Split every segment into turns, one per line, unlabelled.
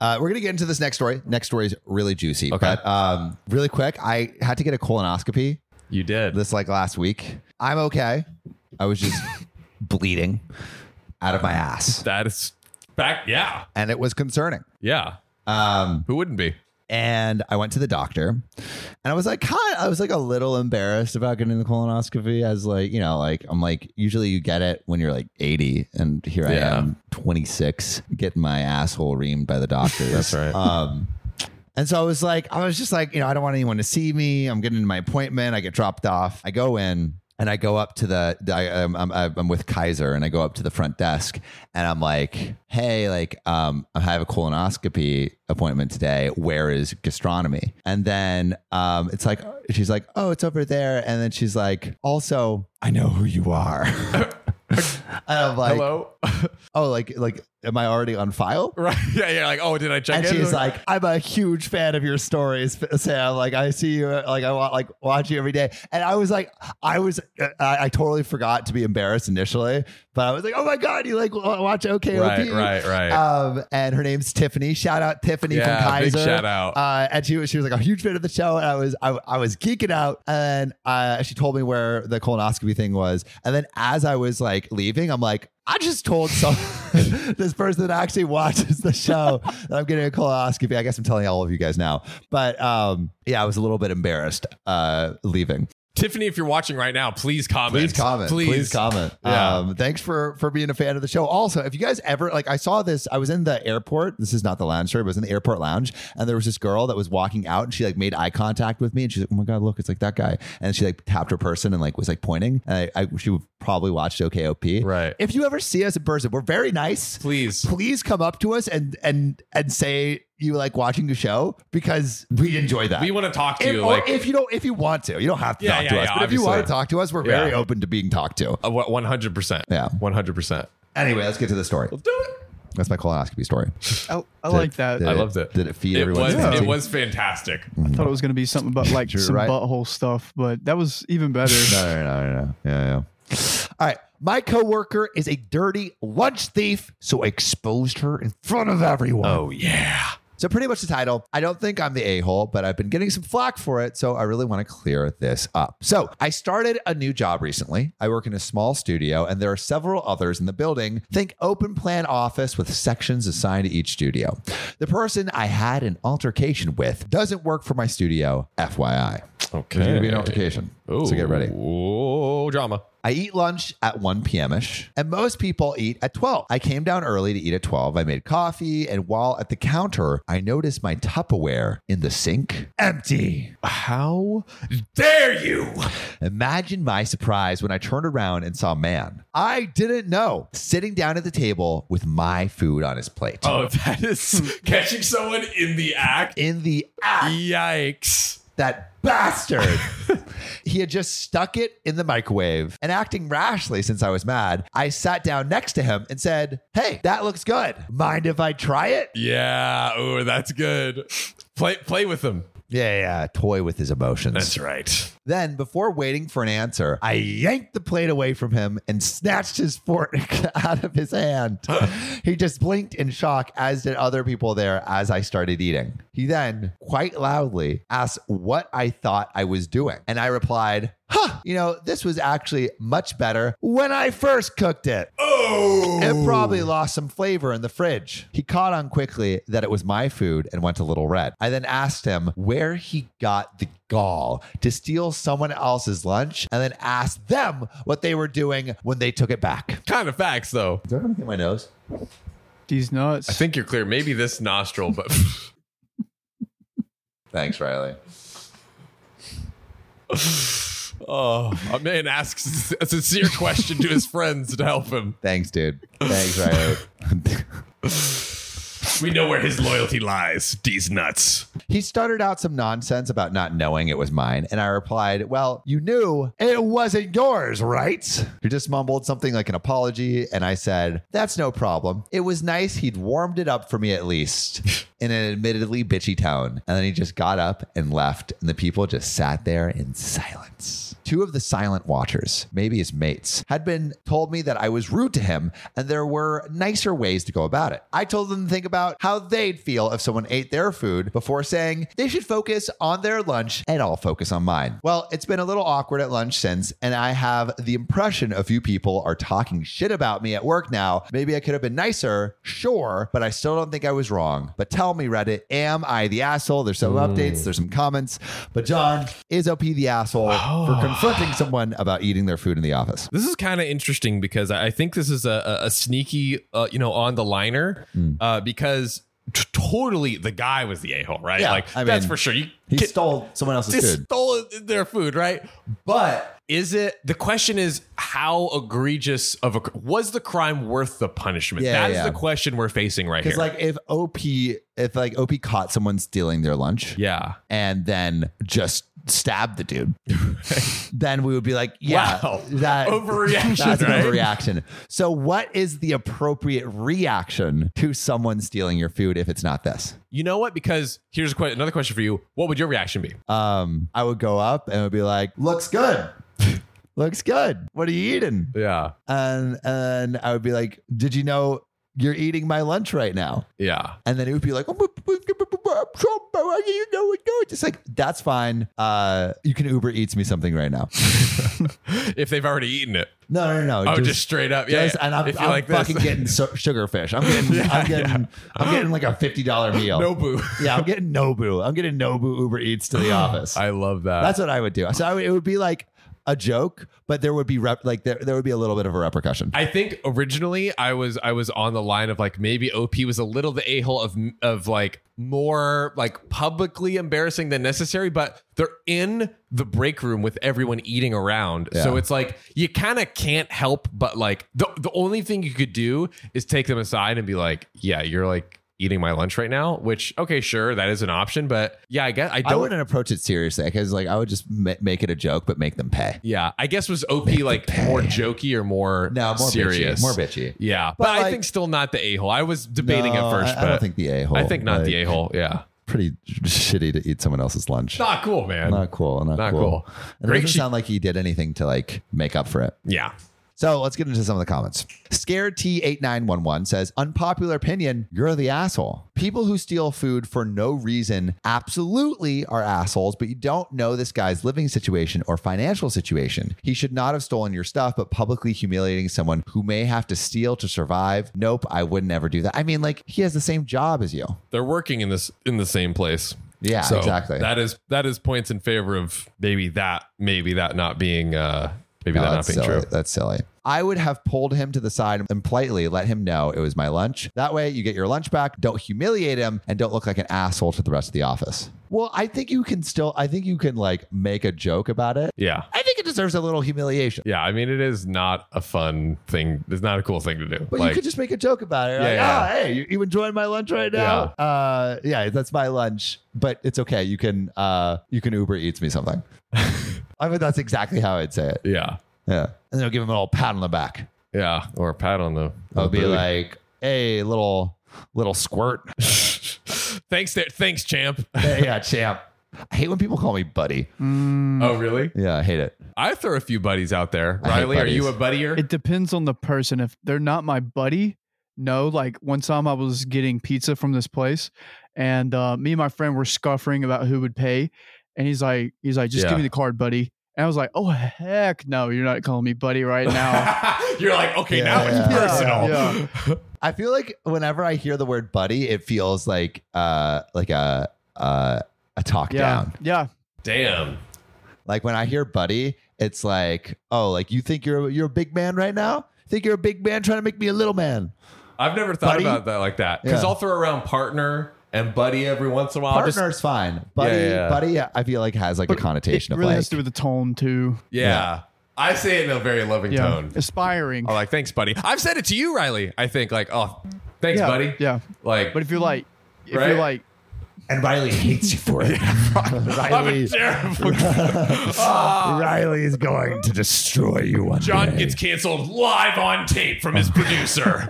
Uh, we're gonna get into this next story. Next story is really juicy.
Okay.
But um, really quick, I had to get a colonoscopy
You did.
this like last week. I'm okay. I was just bleeding out of my ass,
that is back. Yeah.
and it was concerning.
Yeah.
Um,
Who wouldn't be?
and I went to the doctor, and I was like, kind I was like a little embarrassed about getting the colonoscopy. As like, you know, like I'm like usually you get it when you're like 80, and here I
Yeah.
am, 26, getting my asshole reamed by the doctor.
That's right.
Um, and so I was like, I was just like, you know, I don't want anyone to see me. I'm getting my appointment. I get dropped off. I go in and I go up to the, the- I, I'm, I'm, I'm with Kaiser and I go up to the front desk and I'm like, hey, like, um, I have a colonoscopy appointment today. Where is gastronomy? And then um, it's like, she's like, oh, it's over there. And then she's like, also, I know who you are. and I'm like,
Hello.
oh, like, like, am I already on file?
right. Yeah. Yeah. Like, oh, did I check
and
in?
she's like, "I'm a huge fan of your stories, Sam. Like, I see you, like, I wa- like watch you every day." And I was like, I was, uh, I, I totally forgot to be embarrassed initially, but I was like, "Oh my god, you like wa- watch OKOP?"
Right, right, right.
Um, and her name's Tiffany. Shout out Tiffany from
Yeah, big
Kaiser.
shout out.
Uh, and she was, she was like a huge fan of the show, and I was, I, I was geeking out, and uh, she told me where the colonoscopy thing was, and then as I was like leaving, I'm like. I just told some this person that actually watches the show that I'm getting a colonoscopy. I guess I'm telling all of you guys now, but um, yeah, I was a little bit embarrassed uh, leaving.
Tiffany, if you're watching right now, please comment.
Please comment. Please,
Please,
comment.
Yeah.
Um, thanks for for being a fan of the show. Also, if you guys ever like, I saw this. I was in the airport. This is not the lounge story, but I was in the airport lounge, and there was this girl that was walking out, and she like made eye contact with me, and she's like, "Oh my god, look, it's like that guy," and she like tapped her person and like was like pointing. And I, I she probably watched OKOP.
Right.
If you ever see us in person, we're very nice.
Please.
Please come up to us and and and say you like watching the show because we enjoy that.
We want to talk to
If,
you.
or
like,
if you don't, if you want to, you don't have to
Yeah,
talk
yeah,
to us.
yeah,
but if you want to
obviously.
talk to us, we're very
Yeah.
open to being talked to.
Uh, what- 100%.
Yeah.
100%.
Anyway, let's get to the story.
Let's do it.
That's my colonoscopy story.
I, I like that.
Did
I loved it.
Did it feed
It
everyone's
was,
fancy?
it was fantastic.
Mm.
I thought it was going to be something about like
You're
some
right.
butthole stuff, but that was even better.
No, no, no, no, no. Yeah, yeah. All right. My coworker is a dirty lunch thief, so I exposed her in front of everyone.
Oh, yeah.
So pretty much the title. I don't think I'm the a-hole, but I've been getting some flack for it, so I really want to clear this up. So I started a new job recently. I work in a small studio, and there are several others in the building. Think open plan office with sections assigned to each studio. The person I had an altercation with doesn't work for my studio, FYI.
Okay.
There's gonna be an altercation. So get ready.
Oh, drama.
I eat lunch at 1 p.m. ish, and most people eat at 12. I came down early to eat at 12. I made coffee, and while at the counter, I noticed my Tupperware in the sink empty.
How dare you?
Imagine my surprise when I turned around and saw a man I didn't know sitting down at the table with my food on his plate.
Oh, that is catching someone in the act.
In the act,
Yikes.
that bastard. he had just stuck it in the microwave and acting rashly since I was mad. I sat down next to him and said, Hey, that looks good. Mind if I try it?
Yeah. Oh, that's good. Play play with them.
Yeah, yeah, toy with his emotions.
right.
Then, before waiting for an answer, I yanked the plate away from him and snatched his fork out of his hand. he just blinked in shock, as did other people there as I started eating. He then, quite loudly, asked what I thought I was doing. And I replied, Huh, you know, this was actually much better when I first cooked it.
Oh.
It probably lost some flavor in the fridge. He caught on quickly that it was my food and went a little red. I then asked him where he got the gall to steal someone else's lunch and then asked them what they were doing when they took it back.
kind of facts though.
Do I have anything in my nose?
These nuts.
I think you're clear. Maybe this nostril, but
Thanks, Riley.
oh, a man asks a sincere question to his friends to help him.
Thanks, dude. Thanks, Riley.
We know where his loyalty lies. These nuts.
he stuttered out some nonsense about not knowing it was mine, and I replied, Well, you knew it wasn't yours, right? He just mumbled something like an apology, and I said, That's no problem. It was nice he'd warmed it up for me at least, in an admittedly bitchy tone. And then he just got up and left, and the people just sat there in silence. Two of the silent watchers, maybe his mates, had been told me that I was rude to him and there were nicer ways to go about it. I told them to think about how they'd feel if someone ate their food before saying they should focus on their lunch and I'll focus on mine. Well, it's been a little awkward at lunch since, and I have the impression a few people are talking shit about me at work now. Maybe I could have been nicer, sure, but I still don't think I was wrong. But tell me, Reddit, am I the asshole? There's some updates, there's some comments. But John, is OP the asshole
Oh.
for confronting someone about eating their food in the office?
This is kind of interesting because I I think this is a, a, a sneaky, uh, you know, on the liner
Hmm.
uh, because t- totally the guy was the a hole, right?
Yeah,
like,
I
that's
mean,
for sure. You
He
can-
stole someone else's
just
food.
stole their food, right? But is it the question is how egregious of a cr- was the crime worth the punishment?
Yeah,
that is
yeah.
the question we're facing right here.
Because like if OP if like OP caught someone stealing their lunch
yeah.
and then just stabbed the dude, then we would be like, yeah,
Wow.
that
Overreaction,
That's
right?
an overreaction. So what is the appropriate reaction to someone stealing your food if it's not this?
You know what? Because here's a que- another question for you. What would your reaction be?
Um, I would go up and would be like, looks good. Looks good. What are you eating?
Yeah.
And and I would be like, did you know you're eating my lunch right now?
Yeah.
And then it would be like, you know it goes. It's like, that's fine. Uh, you can Uber Eats me something right now.
If they've already eaten it.
No, no, no.
Oh, just, straight up. Yeah.
just-
yeah.
and I'm,
If you
I'm
like this.
fucking getting so, sugarfish. I'm getting, I'm getting, I'm getting like a fifty dollar meal.
Nobu.
Yeah, I'm getting Nobu. I'm getting Nobu Uber Eats to the office.
I love that.
That's what I would do. So I would, it would be like a joke, but there would be rep, like there, there would be a little bit of a repercussion.
I think originally I was I was on the line of like maybe OP was a little the a hole of of like more like publicly embarrassing than necessary, but they're in the break room with everyone eating around, so
Yeah.
it's like you kind of can't help but like the the only thing you could do is take them aside and be like, yeah, you're like eating my lunch right now, which okay, sure, that is an option, but yeah, I guess I
I
don't.
wouldn't approach it seriously because like I would just ma- make it a joke, but make them pay.
yeah, I guess was OP like more jokey or more
No, more
serious,
bitchy, more bitchy.
Yeah, but,
But,
I
like-
think still not the a hole. I was debating
No,
at first,
I,
but
I don't think the a hole.
I think not the a hole. Yeah,
Pretty shitty to eat someone else's lunch.
not cool, man.
Not cool. Not,
Not
cool.
cool.
And
Great
it doesn't
she-
sound like he did anything to like make up for it.
yeah,
So let's get into some of the comments. Scared T8911 says, unpopular opinion, you're the asshole. People who steal food for no reason absolutely are assholes, but you don't know this guy's living situation or financial situation. He should not have stolen your stuff, but publicly humiliating someone who may have to steal to survive. Nope, I would never do that. I mean, like, he has the same job as you.
they're working in this in the same place.
Yeah, exactly.
That is that is points in favor of maybe that maybe that not being uh maybe
No,
that not
that's
being
silly.
true.
That's silly. I would have pulled him to the side and politely let him know it was my lunch. That way, you get your lunch back. Don't humiliate him and don't look like an asshole to the rest of the office. Well, I think you can still. I think you can like make a joke about it.
Yeah.
I think it deserves a little humiliation.
Yeah, I mean it is not a fun thing. It's not a cool thing to do.
But you could just make a joke about it.
Yeah,
like,
yeah.
ah, hey, you, you enjoying my lunch right now? Yeah. Uh, yeah, that's my lunch. But it's okay. You can uh, you can Uber Eats me something. I mean, that's exactly how I'd say it.
yeah,
Yeah, and then I'll give him an old pat on the back.
yeah, or a pat on the.
I'll be
the booty.
like, hey, little little squirt.
thanks, there, thanks, champ.
Hey, yeah, champ. I hate when people call me buddy.
oh, really?
Yeah, I hate it.
I throw a few buddies out there.
I hate
Riley, are you a
buddies.
buddier?
It depends on the person. If they're not my buddy, no. Like one time I was getting pizza from this place, and uh, me and my friend were scuffering about who would pay, and he's like, he's like, just
Yeah.
give me the card, buddy. And I was like, oh heck no, you're not calling me buddy right now.
You're like, okay,
Yeah,
now
yeah.
it's personal.
Yeah,
I feel like whenever I hear the word buddy, it feels like uh like a uh a talk
yeah,
down.
yeah.
Damn.
Like when I hear buddy, it's like, oh, like you think you're you're a big man right now? Think you're a big man trying to make me a little man.
I've never thought
Buddy?
about that like that. Because
Yeah.
I'll throw around partner and buddy every once in a while.
Partner's
Just,
fine. Buddy,
Yeah, yeah.
buddy, I feel like has like a connotation
it
of
really
like
has to do with the tone too.
yeah. I say it in a very loving
Yeah,
tone.
aspiring.
I'm like, thanks, buddy. I've said it to you, Riley. I think, like, oh, thanks,
yeah,
buddy.
Yeah,
Like,
but if you're like, if
Right?
you're like,
and Riley hates you for it.
I'm a
Riley,
terrible.
Riley is going to destroy you one
John gets canceled live on tape from his producer.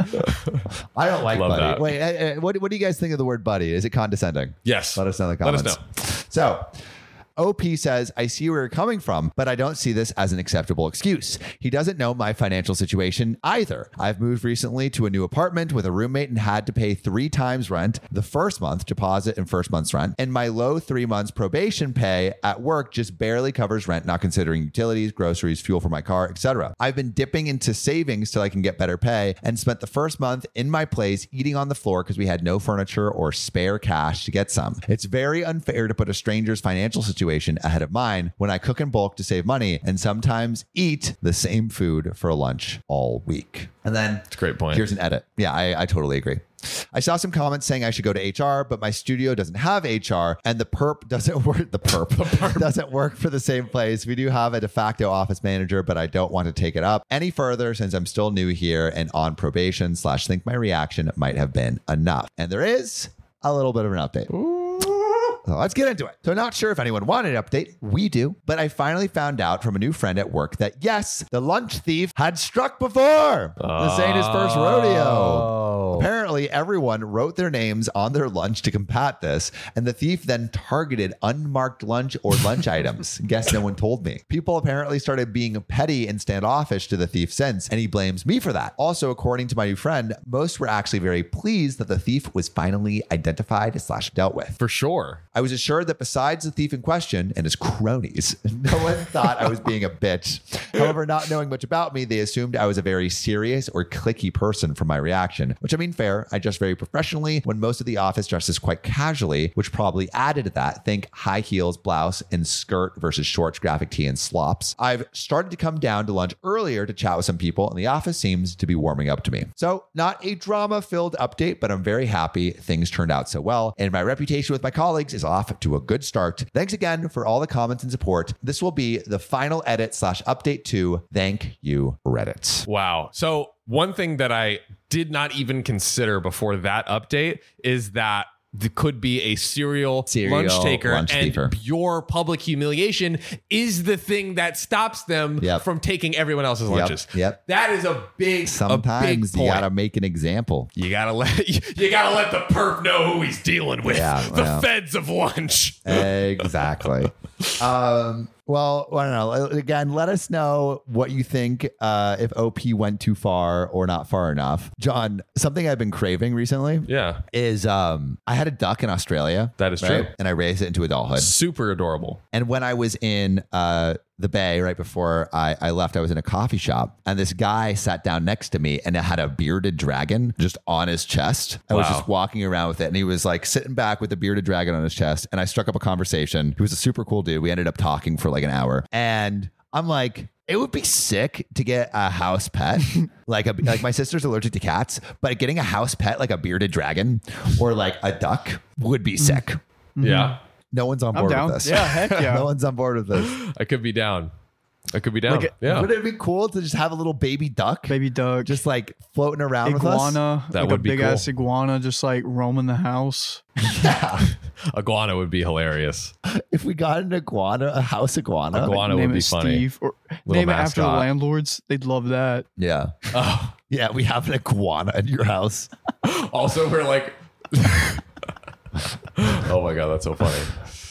I don't like
Love
buddy.
that.
Wait, uh, uh, what, what do you guys think of the word buddy? Is it condescending?
yes.
Let us know in the
Let us
comments. Let us know. So, OP says, I see where you're coming from, but I don't see this as an acceptable excuse. He doesn't know my financial situation either. I've moved recently to a new apartment with a roommate and had to pay three times rent the first month deposit and first month's rent. And my low three months probation pay at work just barely covers rent, not considering utilities, groceries, fuel for my car, etc. I've been dipping into savings till I can get better pay and spent the first month in my place eating on the floor because we had no furniture or spare cash to get some. It's very unfair to put a stranger's financial situation ahead of mine when I cook in bulk to save money and sometimes eat the same food for lunch all week. And then
That's a great point.
Here's an edit. Yeah, I, I totally agree. I saw some comments saying I should go to HR, but my studio doesn't have HR and the perp doesn't work the perp, doesn't work for the same place. We do have a de facto office manager, but I don't want to take it up any further since I'm still new here and on probation slash think my reaction might have been enough. And there is a little bit of an update. So let's get into it. So, not sure if anyone wanted an update. We do. But I finally found out from a new friend at work that yes, the lunch thief had struck before. This ain't his first
Uh,
rodeo. Apparently, everyone wrote their names on their lunch to combat this, and the thief then targeted unmarked lunch or lunch items. Guess no one told me. People apparently started being petty and standoffish to the thief since, and he blames me for that. Also, according to my new friend, most were actually very pleased that the thief was finally identified slash dealt with.
For sure.
I was assured that besides the thief in question and his cronies, no one thought I was being a bitch. However, not knowing much about me, they assumed I was a very serious or clicky person from my reaction, which I mean, fair. I dress very professionally when most of the office dresses quite casually, which probably added to that. Think high heels, blouse, and skirt versus shorts, graphic tee, and slops. I've started to come down to lunch earlier to chat with some people, and the office seems to be warming up to me. So, not a drama filled update, but I'm very happy things turned out so well, and my reputation with my colleagues is off to a good start. Thanks again for all the comments and support. This will be the final edit slash update to Thank You Reddit.
Wow. So, one thing that I did not even consider before that update is that th- could be a serial,
Serial
lunch taker
lunch
and
thiefer.
your public humiliation is the thing that stops them
Yep.
from taking everyone else's
Yep,
lunches.
yep.
That is a big a big
Sometimes you
point.
gotta make an example.
You gotta let you, gotta let the perp know who he's dealing with.
Yeah,
the
yeah.
feds of lunch.
exactly. Um, well, I don't know. Uh, Again, let us know what you think uh, if OP went too far or not far enough. John, something I've been craving recently
Yeah,
is um, I had a duck in Australia.
That is true.
And I raised it into adulthood.
super adorable.
And when I was in uh, the Bay right before I, I left, I was in a coffee shop and this guy sat down next to me and it had a bearded dragon just on his chest. I was
Wow.
just walking around with it and he was like sitting back with the bearded dragon on his chest. And I struck up a conversation. He was a super cool dude. We ended up talking for like an hour. And I'm like, it would be sick to get a house pet. like a, like my sister's allergic to cats, but getting a house pet like a bearded dragon or like a duck would be sick.
Yeah,
No one's on
I'm
board
down.
with this.
Yeah, heck yeah.
No one's on board with this.
I could be down. I could be down.
Like,
yeah,
Would it be cool to just have a little baby duck
Baby duck,
just like floating around with us?
iguana,
That
like a
would be
big
cool.
ass iguana, just like roaming the house.
iguana would be hilarious.
If we got an iguana, a house iguana.
Iguana
name
would be
it
funny.
Steve, or
Little
name it after the
mascot.
landlords. They'd love that.
Yeah.
Oh,
Yeah, we have an iguana in your house.
also, we're like, oh my god, that's so funny.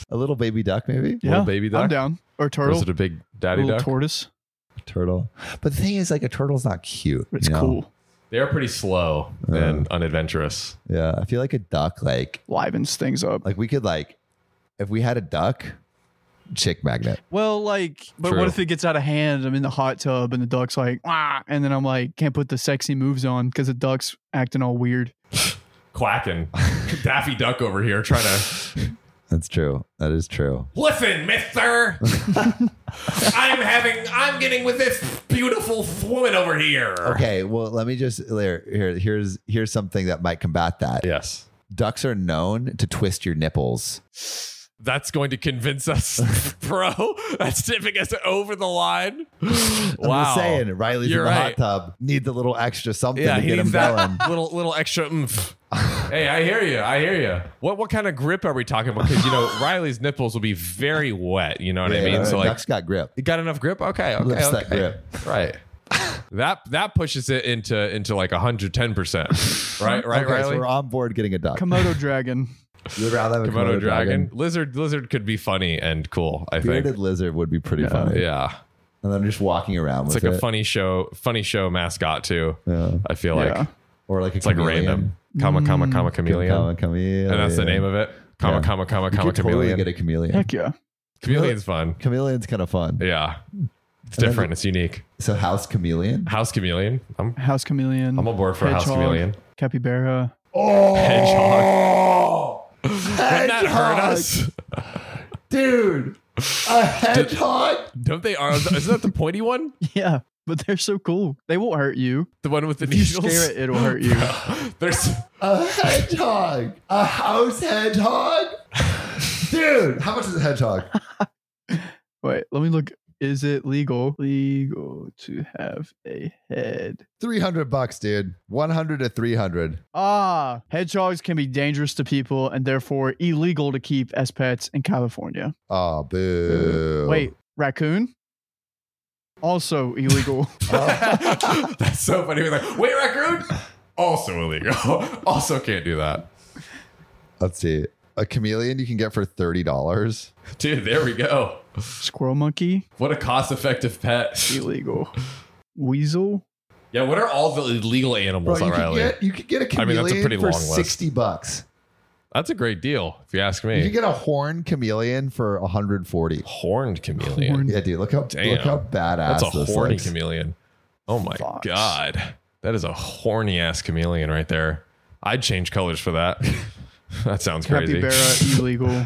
A little baby duck, maybe?
Yeah,
baby
I'm
duck?
down. Or turtle,
Was it a big daddy
little
duck?
tortoise.
Turtle. But the thing is, like, a turtle's not cute.
It's
you know?
cool,
They're pretty slow and unadventurous.
Yeah. I feel like a duck, like,
livens things up.
like we could, like, if we had a duck, chick magnet.
Well, like, but
True.
what if it gets out of hand? I'm in the hot tub and the duck's like, ah, and then I'm like, can't put the sexy moves on because the duck's acting all weird.
Quacking, Daffy Duck over here trying to
That's true. That is true.
Listen, mister. I'm having I'm getting with this beautiful woman over here.
Okay, well, let me just here, here here's here's something that might combat that.
Yes.
Ducks are known to twist your nipples.
That's going to convince us, bro. That's tipping us over the line.
I'm just saying, Riley's
You're
in the
right.
hot tub. Needs a little extra something
Yeah,
to
he
get him
needs that
going.
little little extra oomph. hey, I hear you. I hear you. What what kind of grip are we talking about? Because you know Riley's nipples will be very wet. You know what I
Yeah,
mean?
right,
so like,
Uh, Duck's got grip.
you got enough grip? Okay, okay,
Lips
okay.
that grip.
Right. that that pushes it into into like hundred ten percent. Right, right,
okay,
Riley.
so we're on board getting a duck.
Komodo dragon.
You would rather have a
Komodo dragon. Lizard lizard could be funny and cool, I think.
Bearded lizard would be pretty funny.
Yeah.
And then just walking around
It's
with
like a
it.
funny show, funny show mascot too.
Yeah.
I feel
Yeah.
like
Or like a
it's like
chameleon.
random. Comma, comma, comma, chameleon.
Chameleon. chameleon.
and that's the name of it. Comma,
Yeah.
comma, comma,
You
comma,
could totally
chameleon.
get a chameleon.
Heck yeah.
Chameleon's fun.
Chameleon's kind of fun.
Yeah. It's
And then
different. It's unique.
So house chameleon.
House chameleon. I'm
House chameleon.
I'm on board for a house
hedgehog,
chameleon.
Capybara.
Oh,
Hedgehog. Wouldn't that hurt us?
dude. A hedgehog.
Don't they are isn't that the pointy one?
Yeah, but they're so cool. They won't hurt you.
The one with the
If you
needles?
scare it, it'll hurt you.
There's
A hedgehog. A house hedgehog. Dude, how much is a hedgehog?
Wait, let me look. Is it legal? Legal to have a head.
Three hundred bucks, dude. One hundred to three hundred.
Ah, hedgehogs can be dangerous to people and therefore illegal to keep as pets in California.
Oh, boo.
Mm, Wait, raccoon? Also illegal.
That's so funny. We're like, wait, raccoon? Also illegal. also can't do that.
Let's see. A chameleon you can get for thirty dollars.
Dude, there we go.
Squirrel monkey?
What a cost effective pet.
Illegal. Weasel?
Yeah, what are all the illegal
Bro,
animals
you
on
can
Riley?
get you could get a
I mean,
chameleon
that's a pretty
for
long list.
sixty bucks.
That's a great deal, if you ask
You can
me.
get a horn chameleon for hundred forty.
Horned chameleon.
Horned-
Yeah, dude, look how
Damn.
look how badass
That's a
this
horny
looks.
chameleon. Oh my
Fox.
god. That is a horny ass chameleon right there. I'd change colors for that. that sounds crazy.
Capybara? illegal.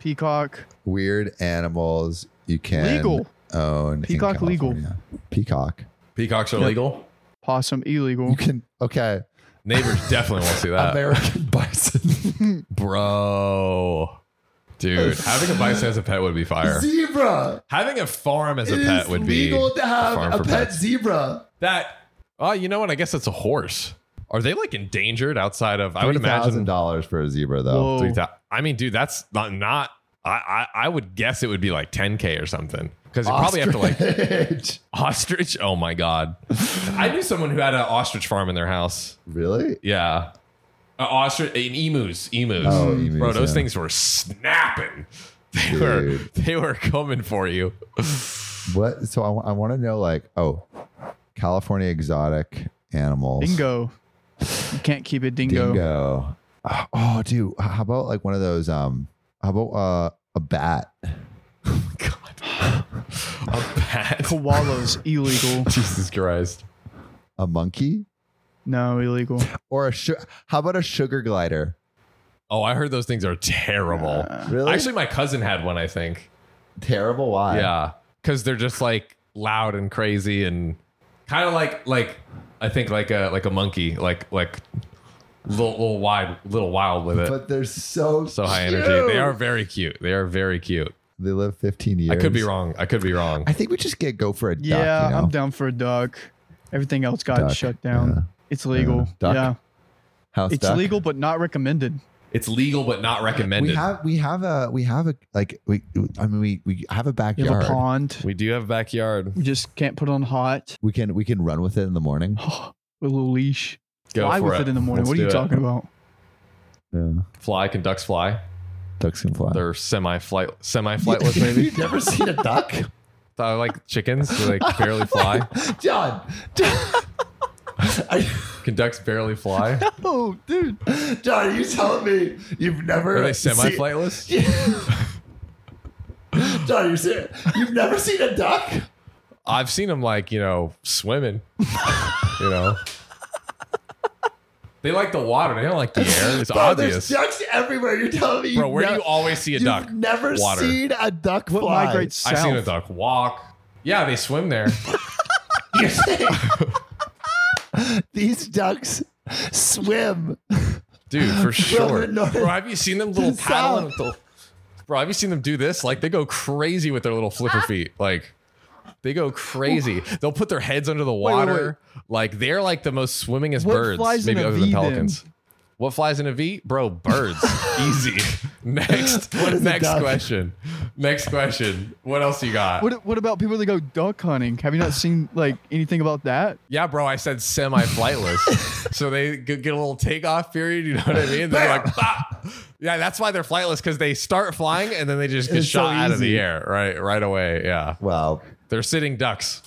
Peacock?
Weird animals you can
Legal.
own. in
Peacock legal.
California. Peacock.
Peacocks are legal.
Possum? Illegal.
You can okay.
Neighbors definitely won't see that.
American bison.
Bro. Dude, having a bison as a pet would be fire.
zebra.
Having a farm as a
It is
pet would be
legal to
farm
have a
for
pet
pets.
zebra.
that. Oh, you know what? I guess it's a horse. Are they like endangered outside of? I would
Three thousand
imagine.
dollars for a zebra though.
Whoa.
Three thousand. I mean, dude, that's not. not I, I I would guess it would be like 10k or something because you probably have to like
Ostrich.
ostrich. Oh my god! I knew someone who had an ostrich farm in their house.
really.
Yeah, an ostrich and emus, emus.
Oh, emus,
Bro, those
yeah.
things were snapping. They were
Dude.
they were coming for you.
What? So I, want to know, like, oh, California exotic animals.
Dingo. You can't keep a dingo.
Dingo. Oh, Oh, dude, how about like one of those? Um, how about uh, a bat?
God, a bat.
Koalas illegal.
Jesus Christ.
A monkey?
No, illegal.
Or a su- how about a sugar glider?
Oh, I heard those things are terrible.
Really?
Actually, my cousin had one, I think.
terrible. Why?
Yeah. Cause they're just like loud and crazy and kind of like like I think like a like a monkey, like like little, little wide little wild with it.
But they're so
so high
cute.
energy. They are very cute. They are very cute.
They live 15 years.
I could be wrong. I could be wrong.
I think we just get go for a
Yeah,
duck. You know?
I'm down for a duck. Everything else got
Duck,
shut down.
yeah.
It's legal.
duck,
yeah.
House
It's
duck.
legal but not recommended.
It's legal but not
We
recommended. We,
have we have a we have a like we I mean we we have a
You
backyard.
have a pond.
do have backyard.
We just can't put on hot
We can we can run with it in the morning.
with a little leash.
Go
Fly
for
with it.
it.
in the morning.
Let's
what are you
do it.
talking about?
Yeah.
Fly can ducks fly.
Ducks can fly.
They're semi flight semi flightless maybe.
You've never seen a duck?
I like chickens. They like barely fly.
John.
Can ducks barely fly?
Oh, dude.
John, are you telling me you've never
Are they semi flightless?
John, you see, you've never seen a duck?
I've seen them like, you know, swimming. you know. They like the water. They don't like the air. It's obvious.
ducks everywhere. You're telling me
Bro, where do you always see a duck?
never
Water.
seen a duck
What
fly.
migrates south?
I've seen a duck walk. Yeah, they swim there.
You're saying- These ducks swim.
Dude, for sure.
they're not-
Bro, have you seen them little
South.
paddling with the Bro, have you seen them do this? Like they go crazy with their little flipper feet. Like they go crazy. They'll put their heads under the
wait,
water. Like they're like the most swimmingest
What
birds,
flies in
maybe
a
other
V
than
then?
pelicans. What flies in a V? Bro, birds. Easy. Next.
What is a
next
duck?
question. Next question. What else you got?
What What about people that go duck hunting? Have you not seen like anything about that?
yeah, bro, I said semi flightless. so they g- get a little takeoff period. You know what I mean? They're like, "Ah." yeah, that's why they're flightless because they start flying and then they just get
It's so
shot out of the
easy.
air right, right away. Yeah.
Well,
They're sitting ducks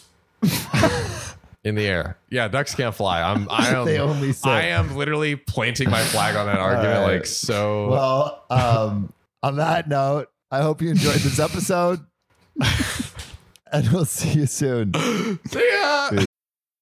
in the air. Yeah, ducks can't fly. I'm I am
They only sit.
I am literally planting my flag on that argument
right.
like so
well. Um, on that note, I hope you enjoyed this episode, and we'll see you soon.
See ya.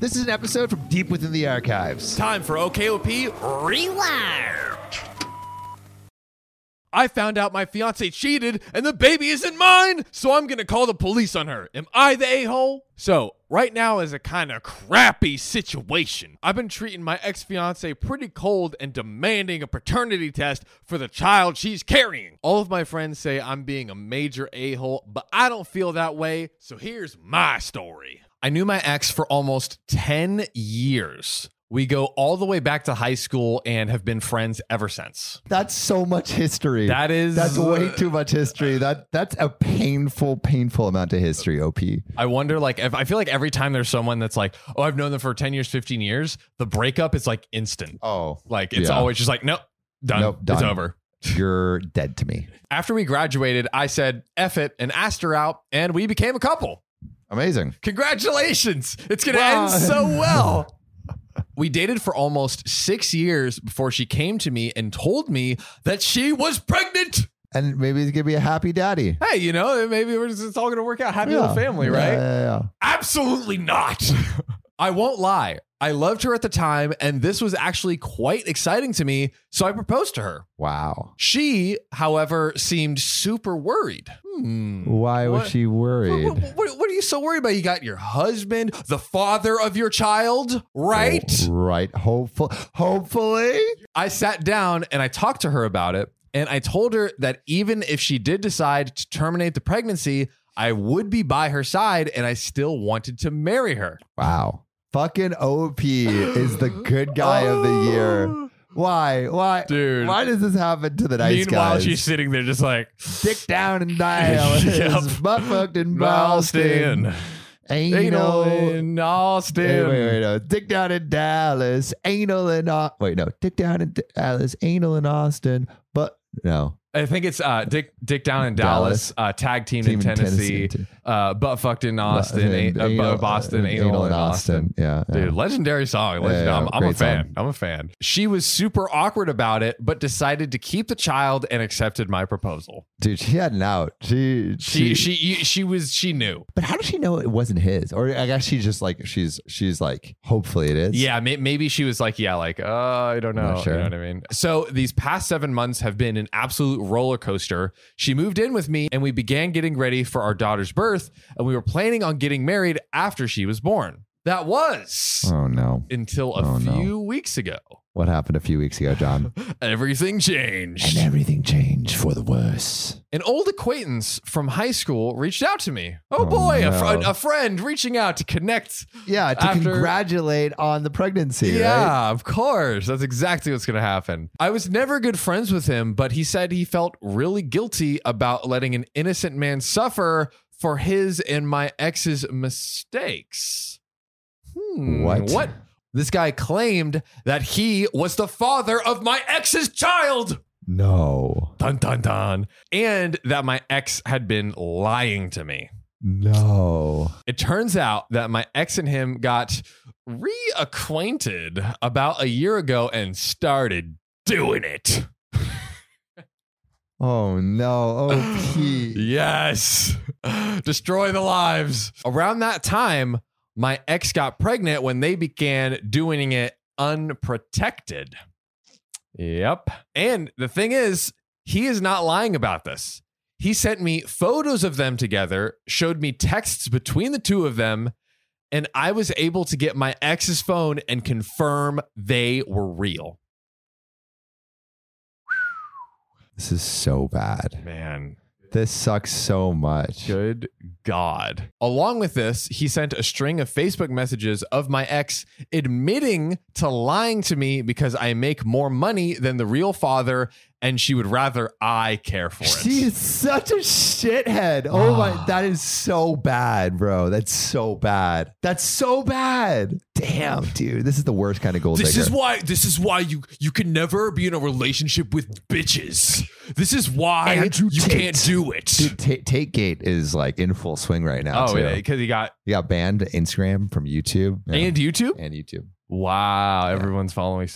This is an episode from deep within the archives.
Time for OKOP Rewind. I found out my fiance cheated and the baby isn't mine, so I'm gonna call the police on her. Am I the a hole? So, right now is a kind of crappy situation. I've been treating my ex fiance pretty cold and demanding a paternity test for the child she's carrying. All of my friends say I'm being a major a hole, but I don't feel that way, so here's my story. I knew my ex for almost 10 years. We go all the way back to high school and have been friends ever since.
That's so much history.
That is-
That's way too much history. That that's a painful, painful amount of history. Op.
I wonder, like, if I feel like every time there's someone that's like, oh, I've known them for 10 years, 15 years, the breakup is like instant.
Oh,
Like, it's
Yeah.
always just like, nope, done.
Nope,
It's
done.
over.
you're dead to me.
After we graduated, I said, F it, and asked her out, and we became a couple.
Amazing.
Congratulations. It's going to
Wow.
end so well. We dated for almost six years before she came to me and told me that she was pregnant.
And maybe he's gonna be a happy daddy.
Hey, you know, maybe we're just, it's all going to work out. Happy little family,
Yeah,
right?
yeah, yeah.
Absolutely not. I won't lie. I loved her at the time, and this was actually quite exciting to me. So I proposed to her.
Wow.
She, however, seemed super worried. Hmm.
Why
What?
was she worried?
What, what- what- what are you so worried about? You got your husband, the father of your child, right?
Oh, right. Hopeful. Hopefully.
I sat down and I talked to her about it. And I told her that even if she did decide to terminate the pregnancy, I would be by her side and I still wanted to marry her.
Wow. Fucking OP is the good guy of the year. Why? Why?
Dude.
Why does this happen to the nice
Meanwhile,
guys?
she's sitting there just like
dick down and dial.
Yep.
It's butt fucked in
Austin,
Boston. Anal.
anal
Wait,
in
wait,
Austin.
wait, no. Dick down in Dallas. Anal in Austin. Wait, no. Dick down in Dallas. Anal in Austin. But no.
I think it's uh, Dick Dick down in Dallas, uh, tag team, in Tennessee, uh, butt fucked in Austin, a- uh, bu- Boston, anal, in Austin.
Yeah. yeah.
Dude, legendary song. Legendary.
Yeah,
I'm, I'm a
great
fan.
song.
I'm a fan. She was super awkward about it, but decided to keep the child and accepted my proposal.
Dude, she had an out. She,
She she she, she was she knew.
But how did she know it wasn't his? Or I guess she's just like she's she's like hopefully it is.
Yeah, may- maybe she was like, yeah, like, uh, I don't know.
Not sure.
You know what I mean? So these past seven months have been an absolute roller coaster. She moved in with me and we began getting ready for our daughter's birth, and we were planning on getting married after she was born. That was
Oh no.
until a
Oh, no.
few weeks ago.
What happened a few weeks ago, John?
Everything changed.
everything changed for the worse.
An old acquaintance from high school reached out to me. Oh,
Oh,
boy, a, fr-
no.
a friend reaching out to connect
Yeah, to
After-
congratulate on the pregnancy. right?
Yeah, of course. That's exactly what's going to happen. I was never good friends with him, but he said he felt really guilty about letting an innocent man suffer for his and my ex's mistakes. Hmm,
What?
What? This guy claimed that he was the father of my ex's child.
No.
Dun dun dun. And that my ex had been lying to me.
No.
It turns out that my ex and him got reacquainted about a year ago and started doing it.
Oh no. Oh, OP.
Yes. Destroy the lives. Around that time, my ex got pregnant when they began doing it unprotected. Yep. And the thing is, he is not lying about this. He sent me photos of them together, showed me texts between the two of them, and I was able to get my ex's phone and confirm they were real.
This is so bad.
Man,
This sucks so much.
Good God. Along with this, he sent a string of Facebook messages of my ex admitting to lying to me because I make more money than the real father and she would rather I care for it. Ah.
She is such a shithead. Oh my, that is so bad, bro. That's so bad. That's so bad. Damn, dude, this is the worst kind of gold
this
digger.
is why this is why you you can never be in a relationship with bitches. This is why
Andrew
you
Tate.
can't do it.
Dude, Ta- Tate Gate is like in full swing right now.
oh,
too.
yeah, because he got
You got banned Instagram from YouTube Yeah.
and YouTube.
and YouTube.
Wow, everyone's following.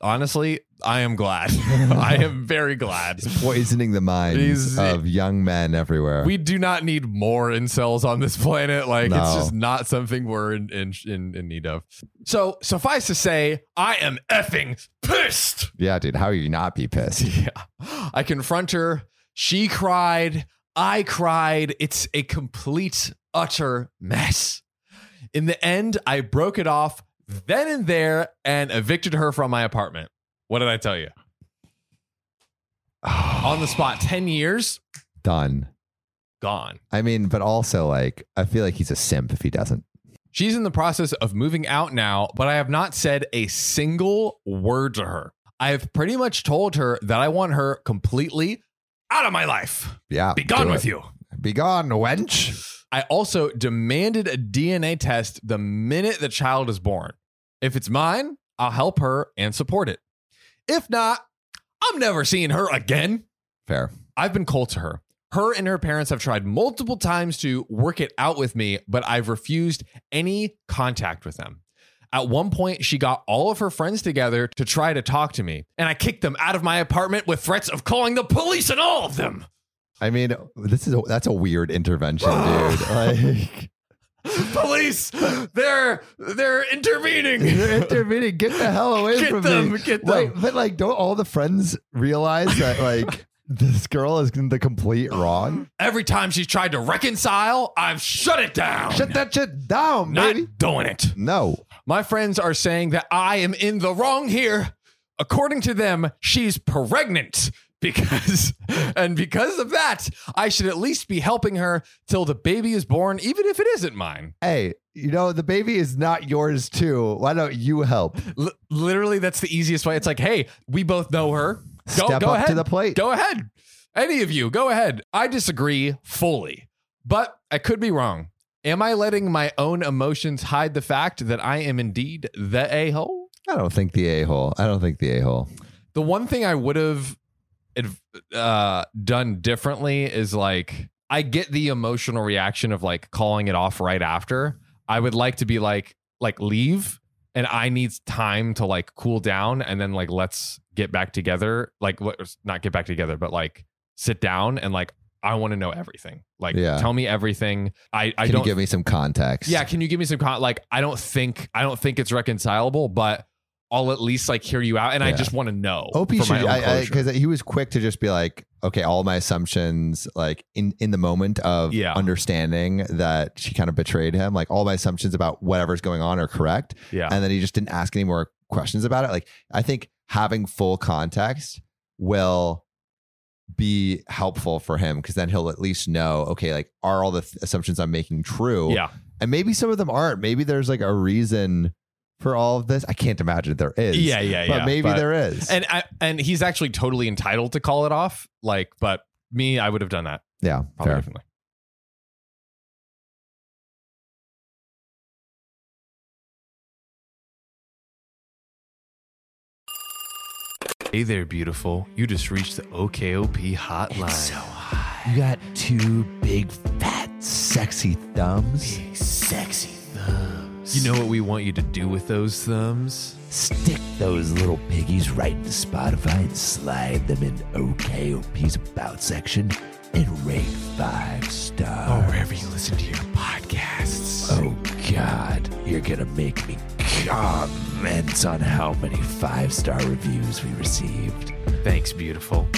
Honestly, I am glad. I am very glad.
He's poisoning the minds
He's-
of young men everywhere.
We do not need more incels on this planet. Like it's
No.
just not something we're in, in in in need of. So suffice to say, I am effing pissed.
yeah, dude, how are you not be pissed?
Yeah, I confront her. She cried. I cried. It's a complete utter mess. In the end, I broke it off then and there and evicted her from my apartment. What did I tell you? On the spot, 10 years
Done.
gone.
I mean, but also like, I feel like he's a simp if he doesn't.
She's in the process of moving out now, but I have not said a single word to her. I have pretty much told her that I want her completely out of my life.
Yeah,
Be gone
do
with
it.
you.
Be gone, wench.
I also demanded a DNA test the minute the child is born. If it's mine, I'll help her and support it. If not, I'm never seeing her again.
Fair.
I've been cold to her. Her and her parents have tried multiple times to work it out with me, but I've refused any contact with them. At one point, she got all of her friends together to try to talk to me, and I kicked them out of my apartment with threats of calling the police on all of them.
I mean, this is a, that's a weird intervention, dude. Like,
Police, they're they're intervening.
you're intervening. Get the hell away
Get
from
them,
me.
get
Wait,
them.
but like, don't all the friends realize that like this girl is in the complete wrong?
Every time she's tried to reconcile, I've shut it down.
Shut that shit down,
Not
baby.
doing it.
No,
My friends are saying that I am in the wrong here. According to them, she's pregnant because and because of that, I should at least be helping her till the baby is born, even if it isn't mine.
hey, you know the baby is not yours too. Why don't you help?
L- literally, that's the easiest way. It's like, hey, we both know her. Go,
Step
go
up
ahead.
to the plate.
Go ahead. Any of you, go ahead. I disagree fully, but I could be wrong. Am I letting my own emotions hide the fact that I am indeed the a hole?
I don't think the a hole. I don't think the a hole.
the one thing I would have adv- uh, done differently is like I get the emotional reaction of like calling it off right after. I would like to be like like leave, and I need time to like cool down, and then like let's get back together. Like let's not get back together, but like sit down and like I want to know everything. Like
Yeah.
tell me everything. I
Can
I
you
don't
give me some context?
yeah, can you give me some con- like I don't think I don't think it's reconcilable, but I'll at least like hear you out and I
Yeah.
just want to know.
Opie
for my
should
own
I
closure.
because he was quick to just be like, okay, all my assumptions, like in in the moment of
Yeah.
understanding that she kind of betrayed him, like all my assumptions about whatever's going on are correct,
yeah.
and then he just didn't ask any more questions about it. Like I think having full context will be helpful for him because then he'll at least know, okay, like are all the th- assumptions I'm making true?
yeah.
and maybe some of them aren't. Maybe there's like a reason for all of this. I can't imagine there is.
Yeah, yeah,
But
yeah.
maybe there is.
And I, and he's actually totally entitled to call it off, like but me I would have done that
yeah,
probably
fair.
differently. Hey there, beautiful. You just reached the OKOP hotline.
You got two big, fat, sexy thumbs.
Sexy thumbs. You know what we want you to do with those thumbs?
Stick those little piggies right into Spotify and slide them in OKOP's About section and rate five stars.
wherever you listen to your podcasts.
Oh, God. You're going to make me comment on how many five star reviews we received.
Thanks, beautiful.